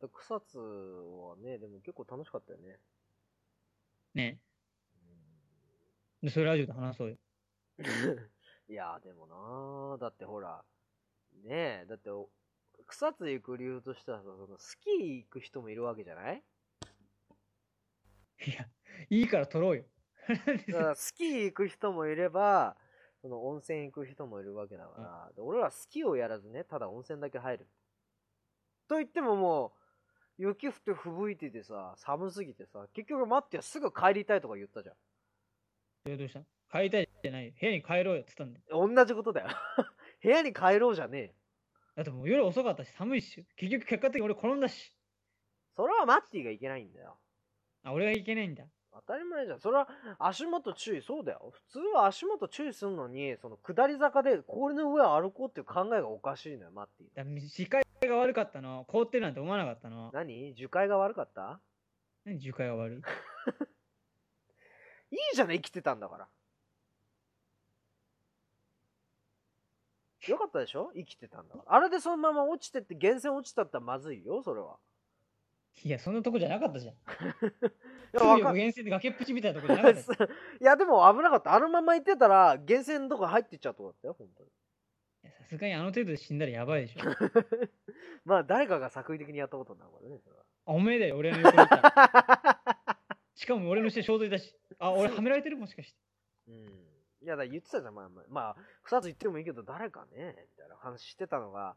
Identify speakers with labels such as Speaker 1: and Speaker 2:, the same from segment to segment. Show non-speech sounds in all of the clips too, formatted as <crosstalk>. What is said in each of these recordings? Speaker 1: だ草津はね、でも結構楽しかったよね。
Speaker 2: ねで、それラジオで話そうよ。
Speaker 1: <laughs> いやーでもなー、だってほら、ねえ、だってお草津行く理由としてはさ、そのスキー行く人もいるわけじゃない
Speaker 2: いや、いいから撮ろうよ。
Speaker 1: だからスキー行く人もいれば、その温泉行く人もいるわけだから、で俺らスキーをやらずね、ただ温泉だけ入る。と言ってももう、雪降って吹雪いててさ、寒すぎてさ、結局待ってよ、すぐ帰りたいとか言ったじゃん。
Speaker 2: それどうした帰りたいじゃないよ。部屋に帰ろうよって言ったんだよ。
Speaker 1: 同じことだよ。 <laughs> 部屋に帰ろうじゃねえよ。
Speaker 2: だってもう夜遅かったし、寒いし、結局結果的に俺転んだし。
Speaker 1: それはマッティがいけないんだよ。
Speaker 2: あ、俺がいけないんだ。
Speaker 1: 当たり前じゃん。それは足元注意、そうだよ。普通は足元注意するのに、その下り坂で氷の上を歩こうっていう考えがおかしいのよ、マッティの。
Speaker 2: だ視界が悪かったの。凍ってるなんて思わなかったの。
Speaker 1: 何樹海が悪かった
Speaker 2: 何樹海が悪い。
Speaker 1: いいじゃない、生きてたんだから。よかったでしょ生きてたんだから。あれでそのまま落ちてって、源泉落ちたったらまずいよ、それは。
Speaker 2: いや、そんなとこじゃなかったじゃん。
Speaker 1: いや、
Speaker 2: 水
Speaker 1: わ
Speaker 2: 力
Speaker 1: か
Speaker 2: 源泉で崖っぷちみたいなとこじゃな
Speaker 1: <laughs>
Speaker 2: かったじゃん。
Speaker 1: いや、でも危なかった。あのまま行ってたら、源泉のとこ入ってっちゃうとこだったよ、本当に。
Speaker 2: いやさすがにあの程度で死んだらやばいでしょ。あ
Speaker 1: まあ、誰かが作為的にやったことになるからね、それは。
Speaker 2: おめえだよ、俺の横にいたら。しかも俺の下衝突だし。あ、俺はめられてるもしかして。
Speaker 1: うんいや、だから言ってたじゃん、まあ、まあ、まあ、草津行ってもいいけど、誰かね、みたいな話してたのが、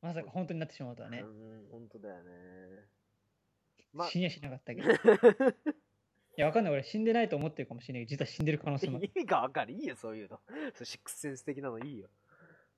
Speaker 2: まさか本当になってしまうとは
Speaker 1: うん、
Speaker 2: ね。
Speaker 1: うん、本当だよね。 <laughs> まあ、
Speaker 2: 死にはしなかったけど。いや、わかんない。俺死んでないと思ってるかもしれないけど、実は死んでる <laughs> 可能性もある。
Speaker 1: いいか分かる、いいよ、そういうの。そうシックスセンス的なのいいよ。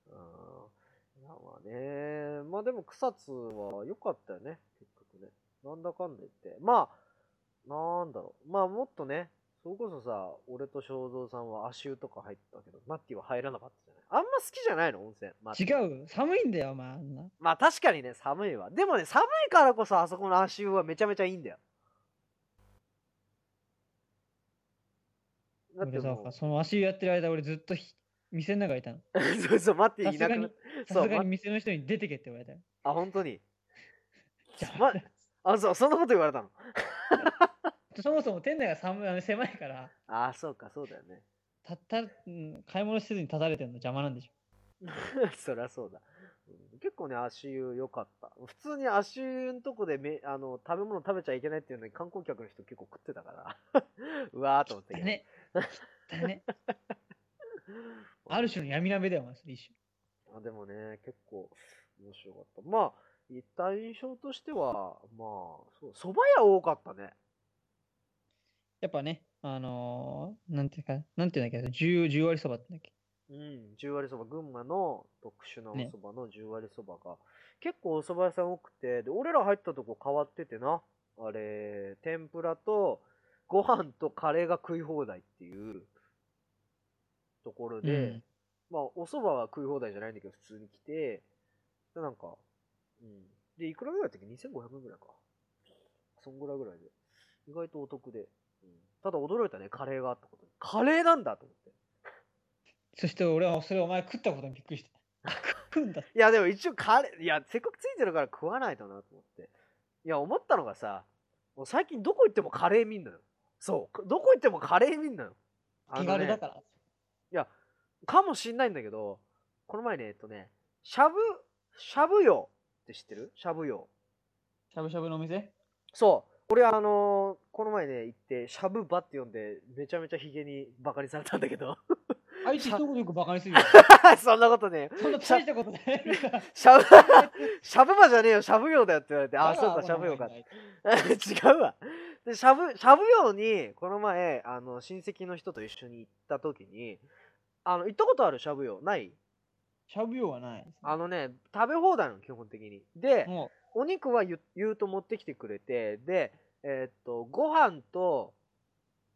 Speaker 1: うん。いや、まあね、まあでも草津は良かったよね、結局ね。なんだかんだ言って。まあ、なんだろう。まあ、もっとね、それこそさ、俺と正蔵さんは足湯とか入ったけど、マッティは入らなかったじゃない。あんま好きじゃないの、温泉。マッティ
Speaker 2: 違う。寒いんだよ、まあ、あんな。
Speaker 1: まあ確かにね、寒いわ。でもね、寒いからこそあそこの足湯はめちゃめちゃいいんだよ。だって
Speaker 2: 俺さ
Speaker 1: も、
Speaker 2: その足湯やってる間、俺ずっとひ店の中にいたの。
Speaker 1: う、 <laughs> そうそう、待って、
Speaker 2: さ
Speaker 1: い
Speaker 2: す
Speaker 1: な
Speaker 2: が
Speaker 1: くな
Speaker 2: に
Speaker 1: っ、
Speaker 2: さ
Speaker 1: そう
Speaker 2: すが
Speaker 1: ま
Speaker 2: に店の人に出てけって言われたよ。
Speaker 1: あ、本当に。
Speaker 2: じゃあ
Speaker 1: まあ、そう、そんなこと言われたの。
Speaker 2: そもそも店内が寒いあの狭いから、
Speaker 1: ああ、そうか、そうだよね。 <laughs>
Speaker 2: たった、うん買い物せずに立たれてるの邪魔なんでしょ。
Speaker 1: そりゃそうだ。うん結構ね、足湯良かった。普通に足湯のとこでめあの食べ物食べちゃいけないっていうのに観光客の人結構食ってたから。 <laughs> うわーと思って
Speaker 2: だ。ね。
Speaker 1: <laughs>
Speaker 2: だね。ある種の闇鍋だよ、お前それ一種。
Speaker 1: あでもね、結構面白かった。まあ、言った印象としては、まあ、そう、蕎麦屋多かったね。
Speaker 2: やっぱね、あのー、なんていうか、なんていうんだっけ、十十割そばってんだっけ。
Speaker 1: うん、10割そば、群馬の特殊なお
Speaker 2: ね
Speaker 1: 蕎麦の10割そばが、結構お蕎麦屋さん多くて、で、俺ら入ったとこ変わっててな。あれ、天ぷらと、ご飯とカレーが食い放題っていうところで、
Speaker 2: うん
Speaker 1: まあ、お蕎麦は食い放題じゃないんだけど、普通に来て、で、なんか、うん。で、いくらぐらいだったっけ ?2500 円ぐらいか。そんぐらいぐらいで。意外とお得で。うん、ただ驚いたね、カレーがあったことに。カレーなんだと思って。
Speaker 2: そして俺はそれお前食ったことにびっくりした。
Speaker 1: <laughs>
Speaker 2: 食うんだ。
Speaker 1: いや、でも一応カレー、いや、せっかくついてるから食わないとなと思って。いや、思ったのがさ、もう最近どこ行ってもカレー見んのよ。そう。どこ行ってもカレー見んのよ。あの
Speaker 2: 手
Speaker 1: ね
Speaker 2: 軽だから。
Speaker 1: かもしんないんだけど、この前ね、えっとね、しゃぶ、しゃぶよって知ってるしゃぶよ。
Speaker 2: しゃぶしゃぶのお店
Speaker 1: そう。俺、あのーこの前ね、行って、しゃぶばって呼んで、めちゃめちゃヒゲにバカにされたんだけ <laughs> ど。
Speaker 2: あいつ一言よくバカ
Speaker 1: <laughs>
Speaker 2: にするよ。
Speaker 1: そんなことね。
Speaker 2: そんな大したことないから。
Speaker 1: しゃぶ、 <laughs> しゃぶばじゃねえよ、しゃぶよだよって言われて、あ、そうか、しゃぶよか。 <laughs> 違うわ。で、しゃぶ、しゃぶように、この前、あの、親戚の人と一緒に行った時に、あの、行ったことあるしゃぶようない
Speaker 2: しゃぶよはない。
Speaker 1: あのね、食べ放題なの、基本的に。で、
Speaker 2: も
Speaker 1: お肉は言う言うと持ってきてくれて、で、えーっと、ご飯と、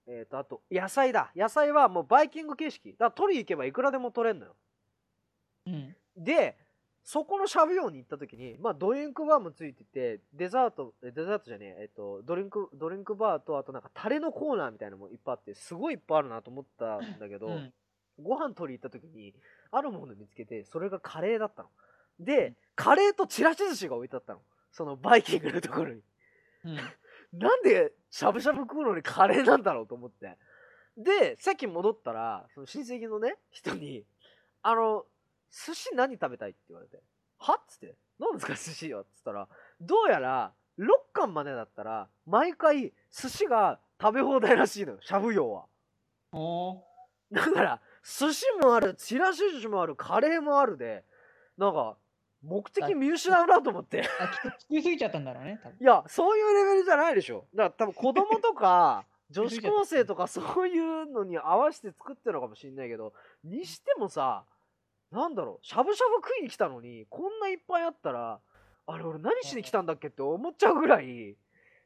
Speaker 1: えーっと、あと、野菜だ。野菜はもうバイキング形式。だから取りに行けばいくらでも取れんのよ。
Speaker 2: う、うん。
Speaker 1: で、そこのしゃぶ用に行った時に、まあ、ドリンクバーもついてて、デザート、えデザートじゃねえ、えっと、ドリンク、ドリンクバーと、あとなんかタレのコーナーみたいなのもいっぱいあって、すごいいっぱいあるなと思ったんだけど、
Speaker 2: うん
Speaker 1: ご飯取り行った時に、あるもの見つけて、それがカレーだったの。で、カレーとちらし寿司が置いてあったの。そのバイキングのところに。
Speaker 2: うん。
Speaker 1: なんでしゃぶしゃぶ食うのにカレーなんだろうと思って。で、さっき戻ったら、その親戚のね、人に、あの、寿司何食べたいって言われて、はっつって、何ですか寿司よっつったら、どうやら6巻までだったら、毎回寿司が食べ放題らしいのよ、しゃぶ用は。
Speaker 2: おー
Speaker 1: だから、寿司もある、ちらし寿司もある、カレーもあるで、なんか、目的見失うなと思って。
Speaker 2: あ、きっと作りすぎちゃったんだろうね、多分。
Speaker 1: いや、そういうレベルじゃないでしょ。だから多分子供と
Speaker 2: <laughs>
Speaker 1: か、女子高生とかそういうのに合わせて作ってるのかもしんないけど、にしてもさ、なんだろう、しゃぶしゃぶ食いに来たのに、こんないっぱいあったら、あれ俺何しに来たんだっけって思っちゃうぐらい、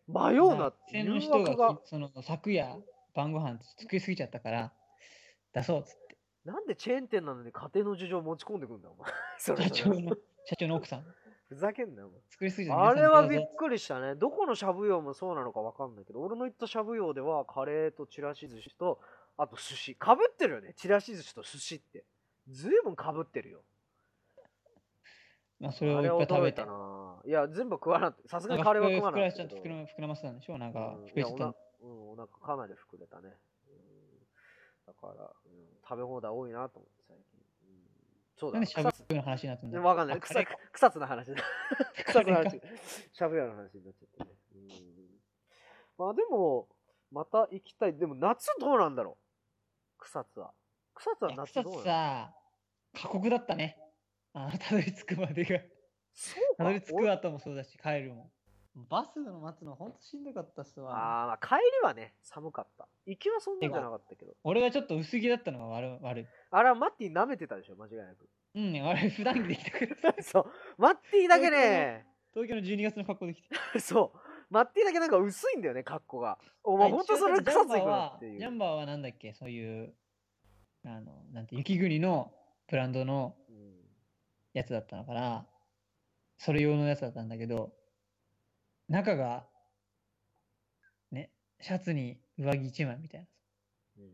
Speaker 1: 迷うなって、
Speaker 2: 店の
Speaker 1: 誘
Speaker 2: 人
Speaker 1: 惑
Speaker 2: が
Speaker 1: が
Speaker 2: き。その昨夜晩ご飯作りすぎちゃったから出そうっつって
Speaker 1: なんでチェーン店なのに家庭の事情持ち込んでくんだよ、お
Speaker 2: <laughs>
Speaker 1: 前。それ
Speaker 2: 社
Speaker 1: そ
Speaker 2: 長
Speaker 1: れ <laughs>
Speaker 2: の社長の奥さん
Speaker 1: ふざけんなよ、お前。
Speaker 2: 作りすぎちゃった
Speaker 1: あれはびっ
Speaker 2: 皆さんどうぞ
Speaker 1: くりしたね。どこのしゃぶ用もそうなのかわかんないけど、俺の行ったしゃぶ用では、カレーとちらし寿司と、あと寿司。かぶってるよね。ちらし寿司と寿司って。ずいぶんかぶってるよ。
Speaker 2: まあそれ
Speaker 1: あ
Speaker 2: をい
Speaker 1: れ
Speaker 2: っぱい食
Speaker 1: 驚
Speaker 2: べ
Speaker 1: い
Speaker 2: て
Speaker 1: たな。いや、全部食わなくて、さすが
Speaker 2: なん
Speaker 1: に
Speaker 2: か
Speaker 1: カレーは食わな
Speaker 2: 膨
Speaker 1: い。
Speaker 2: らしちゃった膨ら膨らませたんでしょなんか
Speaker 1: うん
Speaker 2: 膨
Speaker 1: い
Speaker 2: ら
Speaker 1: や
Speaker 2: しちゃ
Speaker 1: お
Speaker 2: った
Speaker 1: な
Speaker 2: の
Speaker 1: うん、お腹かなり膨れたね。うんだから、うん食べ放題多いなと思って、最近。うんそうだ
Speaker 2: なんでしゃぶ
Speaker 1: 草津
Speaker 2: しゃぶの話になったんだよ
Speaker 1: わかんな
Speaker 2: あ
Speaker 1: い。
Speaker 2: カ
Speaker 1: 草
Speaker 2: レ
Speaker 1: 津草津の話だ。草津の <laughs> 話。しゃぶ屋の話になっちゃってね。うんまあでも、また行きたい。でも夏どうなんだろう草津は。草津
Speaker 2: ー
Speaker 1: は
Speaker 2: か
Speaker 1: 夏
Speaker 2: 草
Speaker 1: どうなの
Speaker 2: 津さ過酷だったねあのたどり着くまで <laughs> が
Speaker 1: そうか
Speaker 2: たどり着
Speaker 1: お
Speaker 2: く後もそうだし帰るもバスの待つのほんとしんどかったっす
Speaker 1: あー
Speaker 2: わ
Speaker 1: まあ、帰りはね、寒かった。行きはそんなんじゃなかったけど。
Speaker 2: 俺がちょっと薄着だったのが悪い悪い
Speaker 1: あれはマッティ舐めてたでしょ、間違いな
Speaker 2: <laughs>
Speaker 1: く。
Speaker 2: うんね悪い普段着できた <laughs> から
Speaker 1: そう。マッティだけね、
Speaker 2: 東京の12月の格好できて。
Speaker 1: そう。マッティだけなんか薄いんだよね、格好が。お前、ほんとそれ
Speaker 2: あ一応
Speaker 1: 草津行くな
Speaker 2: だ
Speaker 1: っ
Speaker 2: ってて
Speaker 1: い。
Speaker 2: いううジャンバーはなんだっけ、そういう、あの、なんて、雪国のブランドの
Speaker 1: うん
Speaker 2: やつだったのかな。それ用のやつだったんだけど、中が、ね、シャツに上着1枚みたいな。
Speaker 1: うん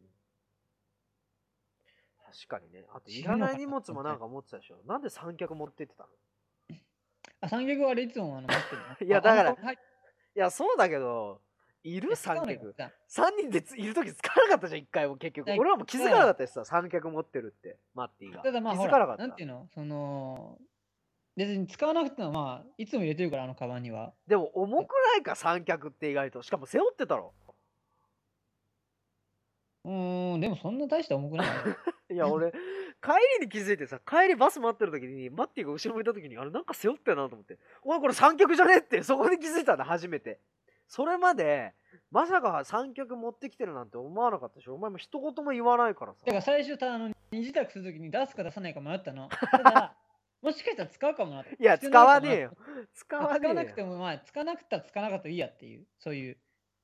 Speaker 1: 確かにね。あと、
Speaker 2: 知
Speaker 1: い
Speaker 2: ら
Speaker 1: らな
Speaker 2: なかった
Speaker 1: い荷物もなんか持ってたでしょ。なんで三脚持ってってたの
Speaker 2: あ、三脚はあれいつもあの持ってる
Speaker 1: <laughs> い
Speaker 2: の
Speaker 1: やだから
Speaker 2: ああはい
Speaker 1: いや、そうだけど、いる
Speaker 2: 使う
Speaker 1: 三
Speaker 2: のよ
Speaker 1: 脚
Speaker 2: 普。段
Speaker 1: 三人でついるときつかなかったじゃん、一回も結局。
Speaker 2: ない
Speaker 1: 俺はもう気づかなかったしさ、三脚持ってるって、マッティが。
Speaker 2: ただまあ、
Speaker 1: 気
Speaker 2: ほ、
Speaker 1: づかなからった。
Speaker 2: なんていうの、その、別に使わなくても、まあ、いつも入れてるから、あのカバンには。
Speaker 1: でも、重くないか、三脚って意外と。しかも、背負ってたろ。
Speaker 2: うーん、でもそんな大した重く
Speaker 1: <laughs>
Speaker 2: ないよ。
Speaker 1: いや、俺、帰りに気づいてさ、帰りバス待ってるときに、マッティが後ろ向いたときに、あれ、なんか背負ってるなと思って、おい、これ三脚じゃねえって、そこで気づいたんだ、初めて。それまで、まさか三脚持ってきてるなんて思わなかったし、お前も一言も言わないからさ。
Speaker 2: だから最初たあの二次宅するときに出すか出さないか迷っ
Speaker 1: <laughs>
Speaker 2: たの。ただもしかしたら使うかもなと。
Speaker 1: いや、使わねえよ。使
Speaker 2: 必要
Speaker 1: わ
Speaker 2: なのかもなと。使わな
Speaker 1: ね
Speaker 2: く
Speaker 1: え
Speaker 2: て
Speaker 1: よ。
Speaker 2: もまあ使わなくたら使わなかったらいいやっていうそういう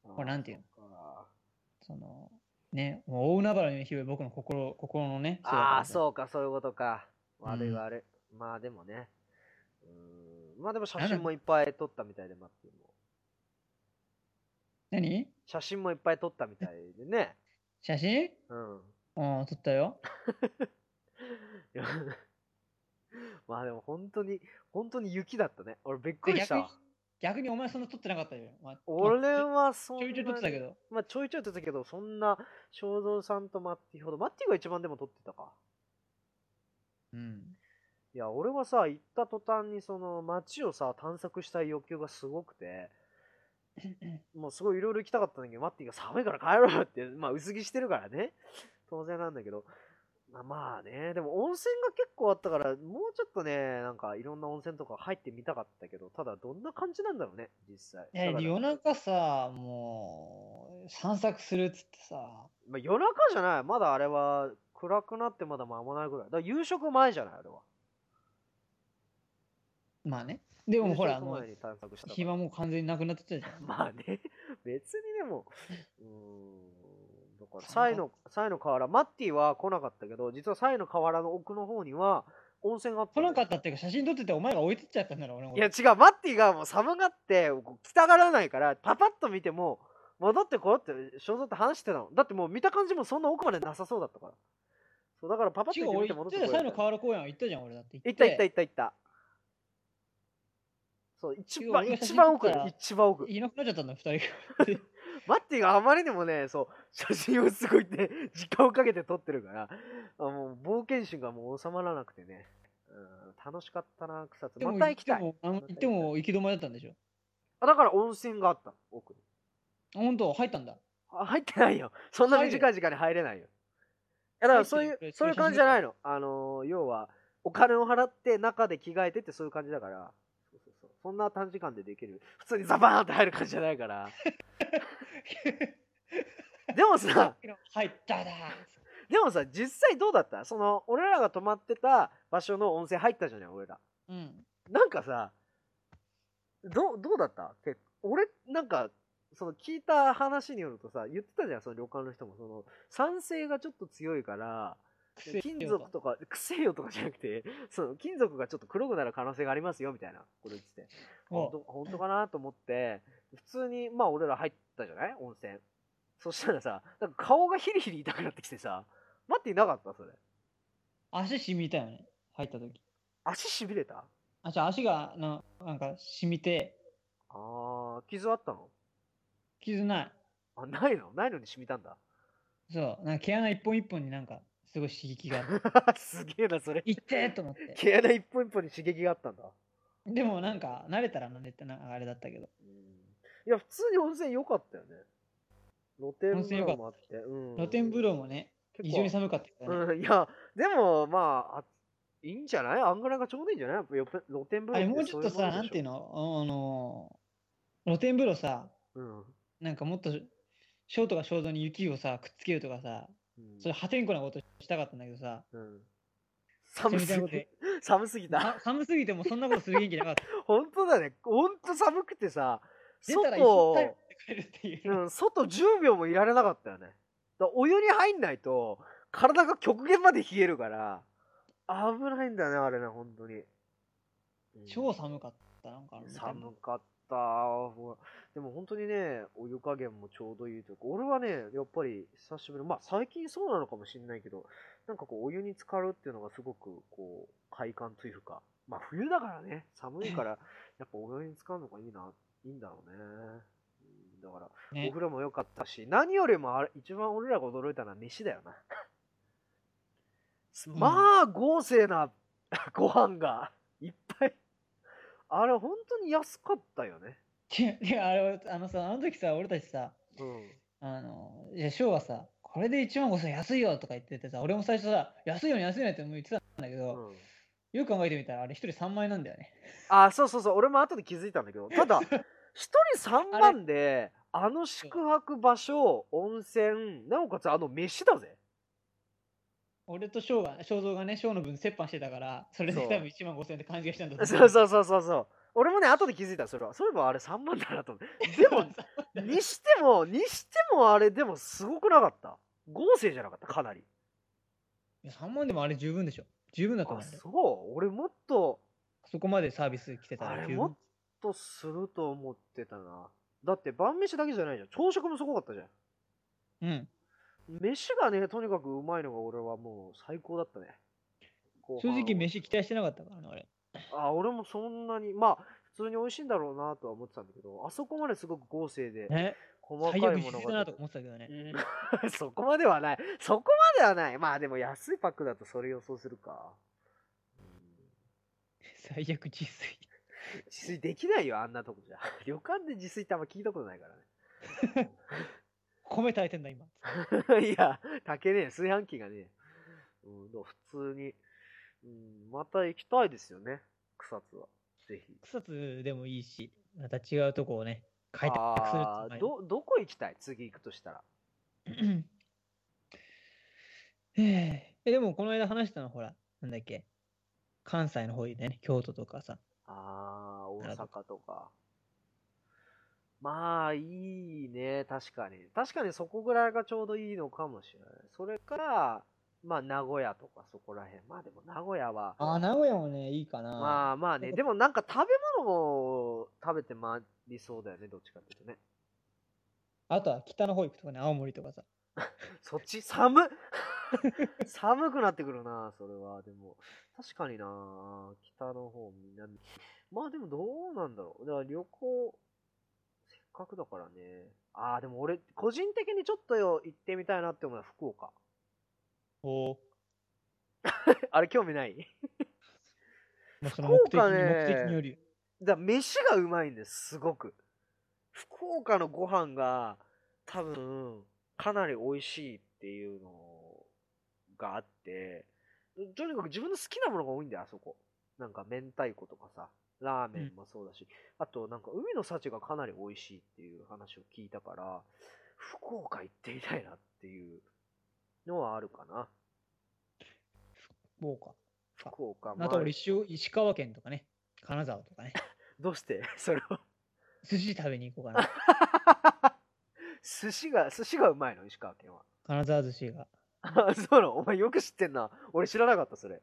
Speaker 2: もなんていうの
Speaker 1: の
Speaker 2: そのねもう大海原に広い僕の心心のね。
Speaker 1: ああ、
Speaker 2: う。
Speaker 1: そうか、そういうことか。悪い
Speaker 2: うん
Speaker 1: 悪い。まあでもね。うーん。まあでも写真もいっぱい撮ったみたいで、マッティも。
Speaker 2: 何？
Speaker 1: 写真もいっぱい撮ったみたいでね。
Speaker 2: 写真？
Speaker 1: うん。
Speaker 2: うん撮ったよ。
Speaker 1: いやまあでも本当に、本当に雪だったね。俺びっくりしたわ。
Speaker 2: 逆にお前そんな撮ってなかったよ。まあま
Speaker 1: 俺
Speaker 2: あ
Speaker 1: はそん
Speaker 2: ち
Speaker 1: な
Speaker 2: ょい
Speaker 1: に
Speaker 2: ちょい撮ってたけど。
Speaker 1: まあちょいちょい撮ってたけど、そんな、正蔵さんとマッティほど、マッティが一番でも撮ってたか。
Speaker 2: うん。
Speaker 1: いや、俺はさ、行った途端にその街をさ、探索したい欲求がすごくて、もうすごいいろいろ行きたかったんだけど、マッティが寒いから帰ろうよって、まあ薄着してるからね。当然なんだけど。まあまあね、でも温泉が結構あったから、もうちょっとね、なんかいろんな温泉とか入ってみたかったけど、ただどんな感じなんだろうね、実際。
Speaker 2: え
Speaker 1: だから
Speaker 2: 夜中さもう散策するっつってさ。
Speaker 1: まあ、夜中じゃない、まだあれは暗くなってまだ間もないぐらい。だから夕食前じゃない、あれは。
Speaker 2: まあね。でもほら、
Speaker 1: 夕食
Speaker 2: も
Speaker 1: 前
Speaker 2: う
Speaker 1: に探索したから
Speaker 2: 暇もう完全になくなってたじゃん。
Speaker 1: <laughs> まあね、別にでも、うーん、だから、
Speaker 2: そう
Speaker 1: サイの、サイの河原、マッティは来なかったけど、実はサイの河原の奥の方には、温泉があった
Speaker 2: 来
Speaker 1: のよ。
Speaker 2: なかったっていうか、写真撮っててお前が置いてっちゃったんだろ、俺のこ
Speaker 1: い
Speaker 2: と
Speaker 1: や、違う、マッティがもう寒がって、こう来たがらないから、パパッと見ても、戻ってこうって、正蔵って話してたの。だってもう見た感じもそんな奥までなさそうだったから。そう、だからパパッと
Speaker 2: 違う、
Speaker 1: 見
Speaker 2: 俺
Speaker 1: て
Speaker 2: 行
Speaker 1: 戻
Speaker 2: っ
Speaker 1: って
Speaker 2: た
Speaker 1: こ
Speaker 2: よ、
Speaker 1: い
Speaker 2: サイの河原公園は行ったじゃん、俺だって。
Speaker 1: 行った行った
Speaker 2: 行っ
Speaker 1: 行った行った。そう、一
Speaker 2: 違
Speaker 1: 番、
Speaker 2: う俺が写
Speaker 1: 一
Speaker 2: 真
Speaker 1: 番
Speaker 2: 撮
Speaker 1: 奥
Speaker 2: ったら、
Speaker 1: 一番奥。
Speaker 2: いなくなっちゃったんだ、二人
Speaker 1: マッティがあまりにもね、そう、写真をすごいね、 <laughs> 時間をかけて撮ってるから、あもう冒険心がもう収まらなくてね、うん、楽しかったな、草津。<laughs>
Speaker 2: が。
Speaker 1: また行きた
Speaker 2: で
Speaker 1: い。
Speaker 2: も行っても、あの行っても行き止まりだったんでしょ。
Speaker 1: あだから温泉があった、奥に。
Speaker 2: あ本当入ったんだ。
Speaker 1: あ入ってないよ。そんな短い時間に入れないよ。いやだからそうい
Speaker 2: 入
Speaker 1: う
Speaker 2: ってる、
Speaker 1: そういう感じじゃないの。あのー、要は、お金を払って中で着替えてってそういう感じだから、そうそうそうそんな短時間でできる。普通にザバーンって入る感じじゃないから。でもさ、
Speaker 2: <laughs> 入っただ
Speaker 1: でもさ、実際どうだったその、俺らが泊まってた場所の温泉入ったじゃない、俺ら。
Speaker 2: うん。
Speaker 1: なんかさ、どう、どうだったけ俺、なんか、その聞いた話によるとさ、言ってたじゃん、その旅館の人も。その、酸性がちょっと強いから、
Speaker 2: 癖
Speaker 1: 金属とか、くせえよとかじゃなくて、その金属がちょっと黒くなる可能性がありますよ、みたいなこと言ってて。本当
Speaker 2: お
Speaker 1: 本当かなと思って、普通に、まあ俺ら入ったじゃない温泉。そしたらさ、なんか顔がヒリヒリ痛くなってきてさ、待っていなかったそれ。
Speaker 2: 足しみたよね。入った時。
Speaker 1: 足しびれた
Speaker 2: あ、じゃあ足が、ななんか、しみて、
Speaker 1: あー、傷あったの
Speaker 2: 傷ない。
Speaker 1: あ、ないのないのに染みたんだ。 <laughs>
Speaker 2: そう。なんか毛穴一本一本になんか、すごい刺激があ
Speaker 1: <laughs>
Speaker 2: る。
Speaker 1: すげえな、それ。
Speaker 2: いってーと思って。
Speaker 1: 毛穴一本一本に刺激があったんだ。
Speaker 2: でもなんか、慣れたら慣れて、なんかあれだったけど。
Speaker 1: いや、普通に温泉良かったよね。露天
Speaker 2: 温
Speaker 1: 風
Speaker 2: 泉良か
Speaker 1: 呂
Speaker 2: った
Speaker 1: もあって。うん、
Speaker 2: 露天風呂もね、異
Speaker 1: 結構
Speaker 2: 常に寒かったからね。
Speaker 1: うん、いや、でも、まああ、いいんじゃないあんぐらいがちょうどいいんじゃないやっぱよっぺ露天風
Speaker 2: あ
Speaker 1: 呂って
Speaker 2: れ、もうちょっと
Speaker 1: そい
Speaker 2: さ、
Speaker 1: も
Speaker 2: なん
Speaker 1: で
Speaker 2: ていう
Speaker 1: しょ
Speaker 2: のあのー、露天風呂さ、
Speaker 1: うん
Speaker 2: なんかもっと、ショートがショートに雪をさ、くっつけるとかさ、
Speaker 1: うん
Speaker 2: そういう破天荒なことしたかったんだけどさ、
Speaker 1: うん寒
Speaker 2: みた
Speaker 1: す
Speaker 2: いなこ
Speaker 1: ぎ
Speaker 2: とで
Speaker 1: <laughs> て、寒すぎた。
Speaker 2: さ寒すぎてもそんなことする元気な
Speaker 1: <laughs>
Speaker 2: かった。
Speaker 1: 本当だね。本当寒くてさ、
Speaker 2: 出たら
Speaker 1: 外
Speaker 2: 一緒に
Speaker 1: を、
Speaker 2: 帰ってくれるっていう。
Speaker 1: うん、外10秒もいられなかったよね。だお湯に入んないと、体が極限まで冷えるから、危ないんだね、あれね、本当に。うん
Speaker 2: 超寒かった、なんかあの。
Speaker 1: 寒かったほらでも本当にねお湯加減もちょうどいいというか俺はねやっぱり久しぶりまあ最近そうなのかもしれないけどなんかこうお湯に浸かるっていうのがすごくこう快感というかまあ冬だからね寒
Speaker 2: <laughs>
Speaker 1: いからやっぱお湯に浸かるのがいいないいんだろうねうんだからお
Speaker 2: ね
Speaker 1: 風呂も良かったし何よりもあれ一番俺らが驚いたのは飯だよな
Speaker 2: ん
Speaker 1: まあ豪勢な <laughs> ご飯が <laughs> いっぱいあれ本当に安かったよね
Speaker 2: でであれあのさ、あの時さ、俺たちさ、
Speaker 1: うん
Speaker 2: あの、いや、ショーはさ、これで1万5000円安いよとか言っててさ、俺も最初さ、安いよね、安いよねってもう言ってたんだけど、
Speaker 1: うん
Speaker 2: よく考えてみたら、あれ1人3万円なんだよね。
Speaker 1: あそうそうそう俺も後で気づいたんだけどた
Speaker 2: <laughs>
Speaker 1: だ一人3万であの宿泊場所温泉なおかつあの飯だ
Speaker 2: <laughs>
Speaker 1: ぜ
Speaker 2: 俺と翔が、翔蔵がね、翔の分折半してたから、それで
Speaker 1: そう
Speaker 2: 多分1万5千円って感じがしたんだと
Speaker 1: そ
Speaker 2: 思
Speaker 1: うそうそうそうそう俺もね後で気づいたそれはそういえばあれ3万だなと思って
Speaker 2: <laughs>
Speaker 1: でもにしても、にしてもあれでもすごくなかった。合成じゃなかった、かなり。
Speaker 2: いや3万でもあれ十分でしょ。十分だと思
Speaker 1: あ、
Speaker 2: うんだよ。
Speaker 1: そう。俺もっと、
Speaker 2: そこまでサービス来てた
Speaker 1: あ
Speaker 2: ら
Speaker 1: れ
Speaker 2: 十
Speaker 1: もっ
Speaker 2: 分。
Speaker 1: とすると思ってたな。だって晩飯だけじゃないじゃん。朝食もすごかったじゃん。
Speaker 2: うん。
Speaker 1: 飯がね、とにかくうまいのが俺はもう最高だったね。後
Speaker 2: 正
Speaker 1: 半は
Speaker 2: 直飯期待してなかったからね、あれ。
Speaker 1: あ、俺もそんなに、まあ、普通に美味しいんだろうなとは思ってたんだけど、あそこまですごく合成で、
Speaker 2: ね。
Speaker 1: 細かい
Speaker 2: 最悪
Speaker 1: も
Speaker 2: 自
Speaker 1: の
Speaker 2: 炊だな
Speaker 1: が
Speaker 2: とか。思ってたけどね。
Speaker 1: うん <laughs> そこまではない。そこまではない。まあでも安いパックだとそれ予想するか。
Speaker 2: 最悪自炊。
Speaker 1: 自炊できないよ、あんなとこじゃ。 <laughs> 旅館で自炊ってあんま聞いたことないから
Speaker 2: 米炊いてんだ、今。
Speaker 1: ね。 <laughs> いや、炊けねえ、炊飯器がねえ。うん、でも普通に、うん、また行きたいですよね、草津は。ぜひ。
Speaker 2: 草津でもいいし、また違うとこをね、 <clears throat> 開拓する
Speaker 1: あ
Speaker 2: って
Speaker 1: ー
Speaker 2: いうのは
Speaker 1: ど、どこ行きたい次行くとしたら。
Speaker 2: ねええでもこの間話したのほら、なんだっけ。関西の方でね、京都とかさ。
Speaker 1: ああ、大
Speaker 2: なるほ
Speaker 1: 阪とか。まあ、いいね、確かに。確かにそこぐらいがちょうどいいのかもしれない。それか、まあ、名古屋とかそこら辺。まあでも、名古屋は、
Speaker 2: あー、名古屋もね、いいかな。
Speaker 1: まあまあね、でもなんか食べ物も食べて回りそうだよね、どっちかっていうとね。
Speaker 2: あとは北の方行くとかね、青森とかさ。
Speaker 1: そっち寒っ <laughs> 寒くなってくるな、それは。でも、確かにな、北の方、南。まあでもどうなんだろう。だから旅行、せっかくだからね。ああ、でも俺、個人的にちょっとよ行ってみたいなって思うのは福岡。 <laughs>
Speaker 2: お
Speaker 1: あれ興味ない
Speaker 2: まあ、その
Speaker 1: 福
Speaker 2: 目的に、
Speaker 1: 岡ね
Speaker 2: 目的により。
Speaker 1: だから飯がうまいんです、すごく。福岡のご飯が多分、かなり美味しいっていうのがあって、とにかく自分の好きなものが多いんだよ、あそこ。なんか明太子とかさ、ラーメンもそうだし、あとなんか海の幸がかなり美味しいっていう話を聞いたから、福岡行ってみたいなっていうのはあるかな。
Speaker 2: そうか。
Speaker 1: 福岡
Speaker 2: あと俺
Speaker 1: あ
Speaker 2: 石を、石川県とかね、金沢とか <laughs> ね、
Speaker 1: どうして <laughs> それを。
Speaker 2: 寿司食べに行こうかな。
Speaker 1: 寿司が、寿司がうまいの、石川県は。
Speaker 2: 金沢寿司が。
Speaker 1: あ <laughs> そうなのお前よく知ってんな。俺知らなかった、それ。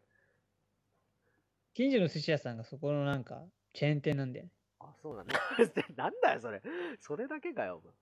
Speaker 2: 近所の寿司屋さんがそこのなんか、チェーン店なんだよね。
Speaker 1: あ、そうなんだ。 <laughs> なんだよ、それ。それだけかよ、お前。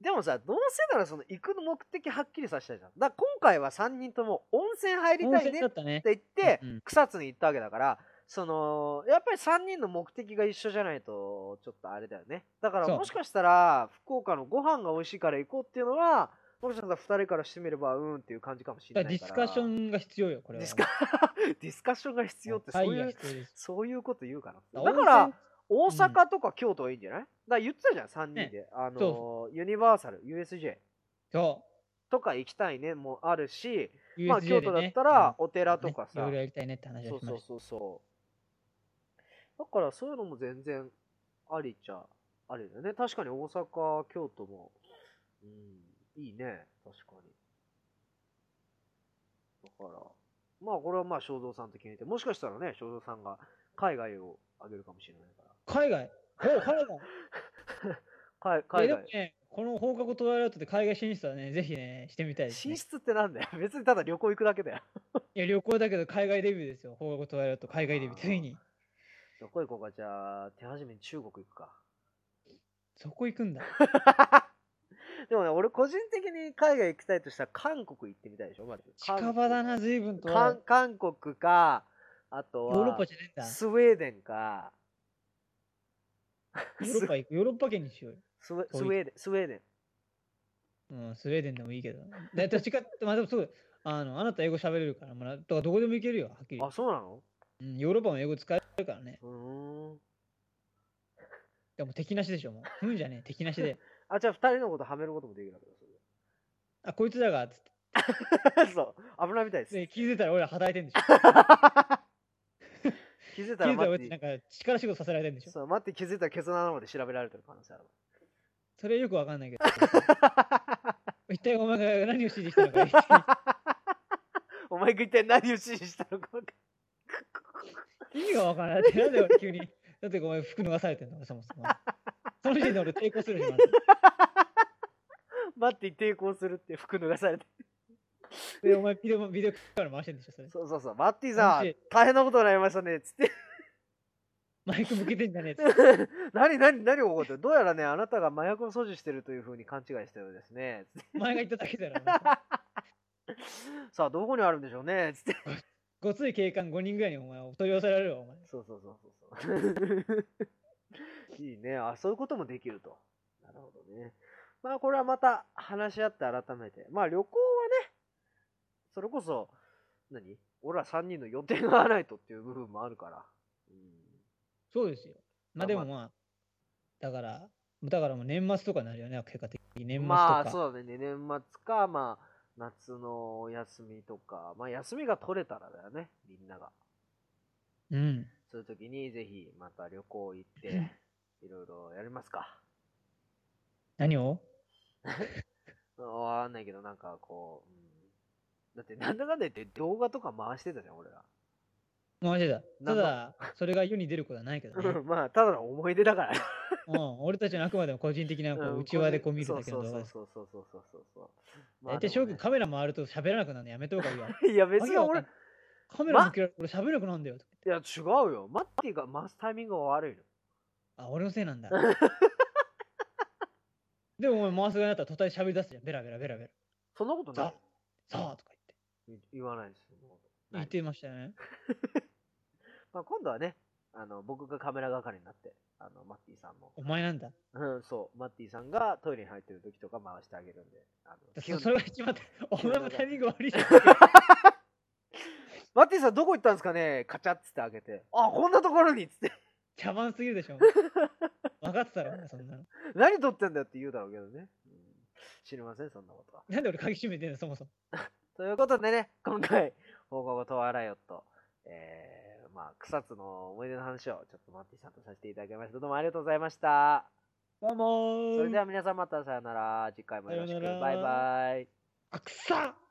Speaker 1: でもさ、どうせならその行く目的はっきりさせたいじゃん。だから今回は3人とも温泉入り
Speaker 2: 温
Speaker 1: たい
Speaker 2: 泉
Speaker 1: ね
Speaker 2: だ
Speaker 1: っ
Speaker 2: ったね。
Speaker 1: て言って
Speaker 2: うんうん、
Speaker 1: 草津に行ったわけだから、その、やっぱり3人の目的が一緒じゃないと、ちょっとあれだよね。だから
Speaker 2: そう
Speaker 1: もしかしたら、福岡のご飯が美味しいから行こうっていうのは、もしかしたら2人からしてみれば、うんっていう感じかもし
Speaker 2: だ
Speaker 1: れな
Speaker 2: からデ
Speaker 1: い
Speaker 2: ィ
Speaker 1: か
Speaker 2: ス
Speaker 1: ら。
Speaker 2: カッションが必要よ、これ
Speaker 1: デ
Speaker 2: は。
Speaker 1: ィスカディスカッション <laughs> が必要ってそう
Speaker 2: 会
Speaker 1: い
Speaker 2: 議が
Speaker 1: う
Speaker 2: 必要です。
Speaker 1: そういうこと言うかな。だから、、大阪とか京都はいいんじゃない、だから言ってたじゃん、3人で。
Speaker 2: ね
Speaker 1: あ
Speaker 2: そ
Speaker 1: のー、ユニバーサル、USJ
Speaker 2: そ
Speaker 1: とか行きたいね、もあるし、
Speaker 2: う。
Speaker 1: まあ
Speaker 2: USJ
Speaker 1: 京
Speaker 2: で
Speaker 1: 都だっ
Speaker 2: ね
Speaker 1: たら、
Speaker 2: うん
Speaker 1: お寺とか
Speaker 2: ねい
Speaker 1: さ、
Speaker 2: ろいろやりたいねって話
Speaker 1: そ
Speaker 2: を
Speaker 1: う
Speaker 2: し
Speaker 1: そ
Speaker 2: ま
Speaker 1: う
Speaker 2: し
Speaker 1: そうそう。だからそういうのも全然ありちゃありだよね。確かに大阪、京都も、うん、いいね、確かに。だから、まあこれはまあ正蔵さんと決めて、もしかしたらね、正蔵さんが海外をあげるかもしれないから。
Speaker 2: た。海外お海外
Speaker 1: 海海
Speaker 2: いやでも
Speaker 1: 外。
Speaker 2: ね、この放課後トワイライトで海外進出はね、ぜひね、してみたいです、
Speaker 1: 進
Speaker 2: ね。
Speaker 1: 出ってなんだよ。別にただ旅行行くだけだよ。
Speaker 2: いや、旅行だけど海外デビューですよ。放課後トワイライト、海外デビュ
Speaker 1: あ
Speaker 2: ー。
Speaker 1: ー
Speaker 2: ついに。
Speaker 1: どこ行こうか、じゃあ、手始めに中国行くか。
Speaker 2: そこ行くんだ。
Speaker 1: <laughs> でもね、俺個人的に海外行きたいとしたら韓国行ってみたいでしょ、まず。
Speaker 2: 近場だな、随分と。ヨ
Speaker 1: 韓
Speaker 2: ー
Speaker 1: 韓国か、あと
Speaker 2: ロッ
Speaker 1: は
Speaker 2: パじゃねえんだ。
Speaker 1: スウェーデンか、
Speaker 2: ヨーロッパ行く。ヨーロッパ圏にしようよ。
Speaker 1: スウェスウェーデン、スウェーデン。
Speaker 2: うん、スウェーデンでもいいけど。だいたい違って、まあでもそう、あの、あなた英語喋れるから、まあ、だからどこでも行けるよ、はっきり。
Speaker 1: あ、そうなの
Speaker 2: うん、ヨーロッパも英語使えるからね。
Speaker 1: うーん。
Speaker 2: でも敵なしでしょ、もう。ふんじゃねえ、敵な
Speaker 1: <laughs>
Speaker 2: しで。
Speaker 1: あ、じゃあ二人のことはめることもできるわけだ、そ
Speaker 2: あ、こいつだが、つって。
Speaker 1: れで <laughs> そう、危ないみたいです。
Speaker 2: で気づいたら俺ら働いてんでしょ。
Speaker 1: <laughs> 気づいたら
Speaker 2: 気づいたら
Speaker 1: マ
Speaker 2: 俺
Speaker 1: ッテ
Speaker 2: って
Speaker 1: ィ
Speaker 2: なんか力仕事させられてんでしょ。
Speaker 1: そう、待って気づいたらケツの穴まで調べられてる可能性ある。
Speaker 2: <laughs> それよくわかんないけど。一体お前が何を指示したのか一体。
Speaker 1: <laughs> お前が一体何を指示したのか分か
Speaker 2: 意味がわからない。だってなんで俺急に。だってお前服脱がされてんのそもそも。その時点で俺抵抗するじゃん。
Speaker 1: んない待って抵抗するって服脱がされて
Speaker 2: で、お前ビデオ、ビデオから回してんでしょ、それ。
Speaker 1: そうそうそうマッティさ
Speaker 2: 楽し
Speaker 1: ん大変なことになりましたねっつって <laughs>
Speaker 2: マイク向けてんじゃねえっつって。
Speaker 1: 何何何を起こってるどうやらねあなたが麻薬を所持してるというふうに勘違いしたようですねつって
Speaker 2: お前が言っただけだろ。お前
Speaker 1: さあどこにあるんでしょうねつって
Speaker 2: ごつい警官5人ぐらいにお前を取り押さえられるわ、お前。
Speaker 1: そうそうそうそうそう <laughs> いいねあそういうこともできるとなるほどねまあこれはまた話し合って改めてまあ旅行はねそれこそ何俺ら3人の予定が合わないとっていう部分もあるから、うん、
Speaker 2: そうですよ。ま
Speaker 1: ま
Speaker 2: あ
Speaker 1: あ
Speaker 2: でもまあ、だから、だからもう年末とかになるよね、結果的に。年末とか。
Speaker 1: まあそうだね年末かまあ夏のお休みとかまあ休みが取れたらだよねみんなが
Speaker 2: うん。
Speaker 1: そういう時にぜひまた旅行行っていろいろやりますか
Speaker 2: 何を
Speaker 1: わかんないけど、なんかこう、うん、だってなんだかんだ言って動画とか回してたじゃん、俺ら。
Speaker 2: マジだ。た
Speaker 1: なん
Speaker 2: だ、それが世に出ることはないけどね。
Speaker 1: <laughs> まあ、ただの思い出だから。
Speaker 2: うん、俺たちのあくまでも個人的なこう内輪でこう見るだけの動画です。
Speaker 1: そうそうそうそうそうそうそう。
Speaker 2: 大体翔くん
Speaker 1: で
Speaker 2: カメラ回ると喋らなくなるのやめた方がいいわ。
Speaker 1: もねいや、別に俺、
Speaker 2: わ
Speaker 1: い
Speaker 2: けカメラ向けられて俺喋らなくなるんだよ。
Speaker 1: や、違うよ。マッティが回すタイミングが悪いの。
Speaker 2: あ、俺のせい
Speaker 1: <laughs>
Speaker 2: なんだ。でもお前回す側になったら途端に喋り出すじゃん。ベラベラベラベラ。
Speaker 1: そんなことない
Speaker 2: さ。あ、さあとか
Speaker 1: 言わないですよ。
Speaker 2: 言って。言ってましたよね。
Speaker 1: まあ、今度はね、あの、僕がカメラ係になって、あの、マッティさんも。
Speaker 2: お
Speaker 1: <laughs>
Speaker 2: 前なんだ。
Speaker 1: うん、そう、マッティさんがトイレに入ってる時とか回してあげるんで。あの
Speaker 2: そそれが
Speaker 1: <laughs>
Speaker 2: 一番、お前もタイミング悪いじゃん。
Speaker 1: マッティさんどこ行ったんですかねカチャッつってあげて。あ、こんなところにっつって。 <laughs>
Speaker 2: 茶番すぎるでしょ。分かってたろ、そんなの。
Speaker 1: 何撮ってんだよって言うだろうけどね。うん、知りません、そんなことは。
Speaker 2: なんで俺鍵閉めてんの、そもそも。
Speaker 1: ということでね、今回、放課後と笑いよと、えー、まあ、草津の思い出の話をちょっとマッティさんとさせていただきました。どうもありがとうございました。
Speaker 2: どうもー
Speaker 1: それでは皆さんまたさよなら。次回もよろしく。
Speaker 2: さよなら
Speaker 1: バイバイ。
Speaker 2: あ、くさっ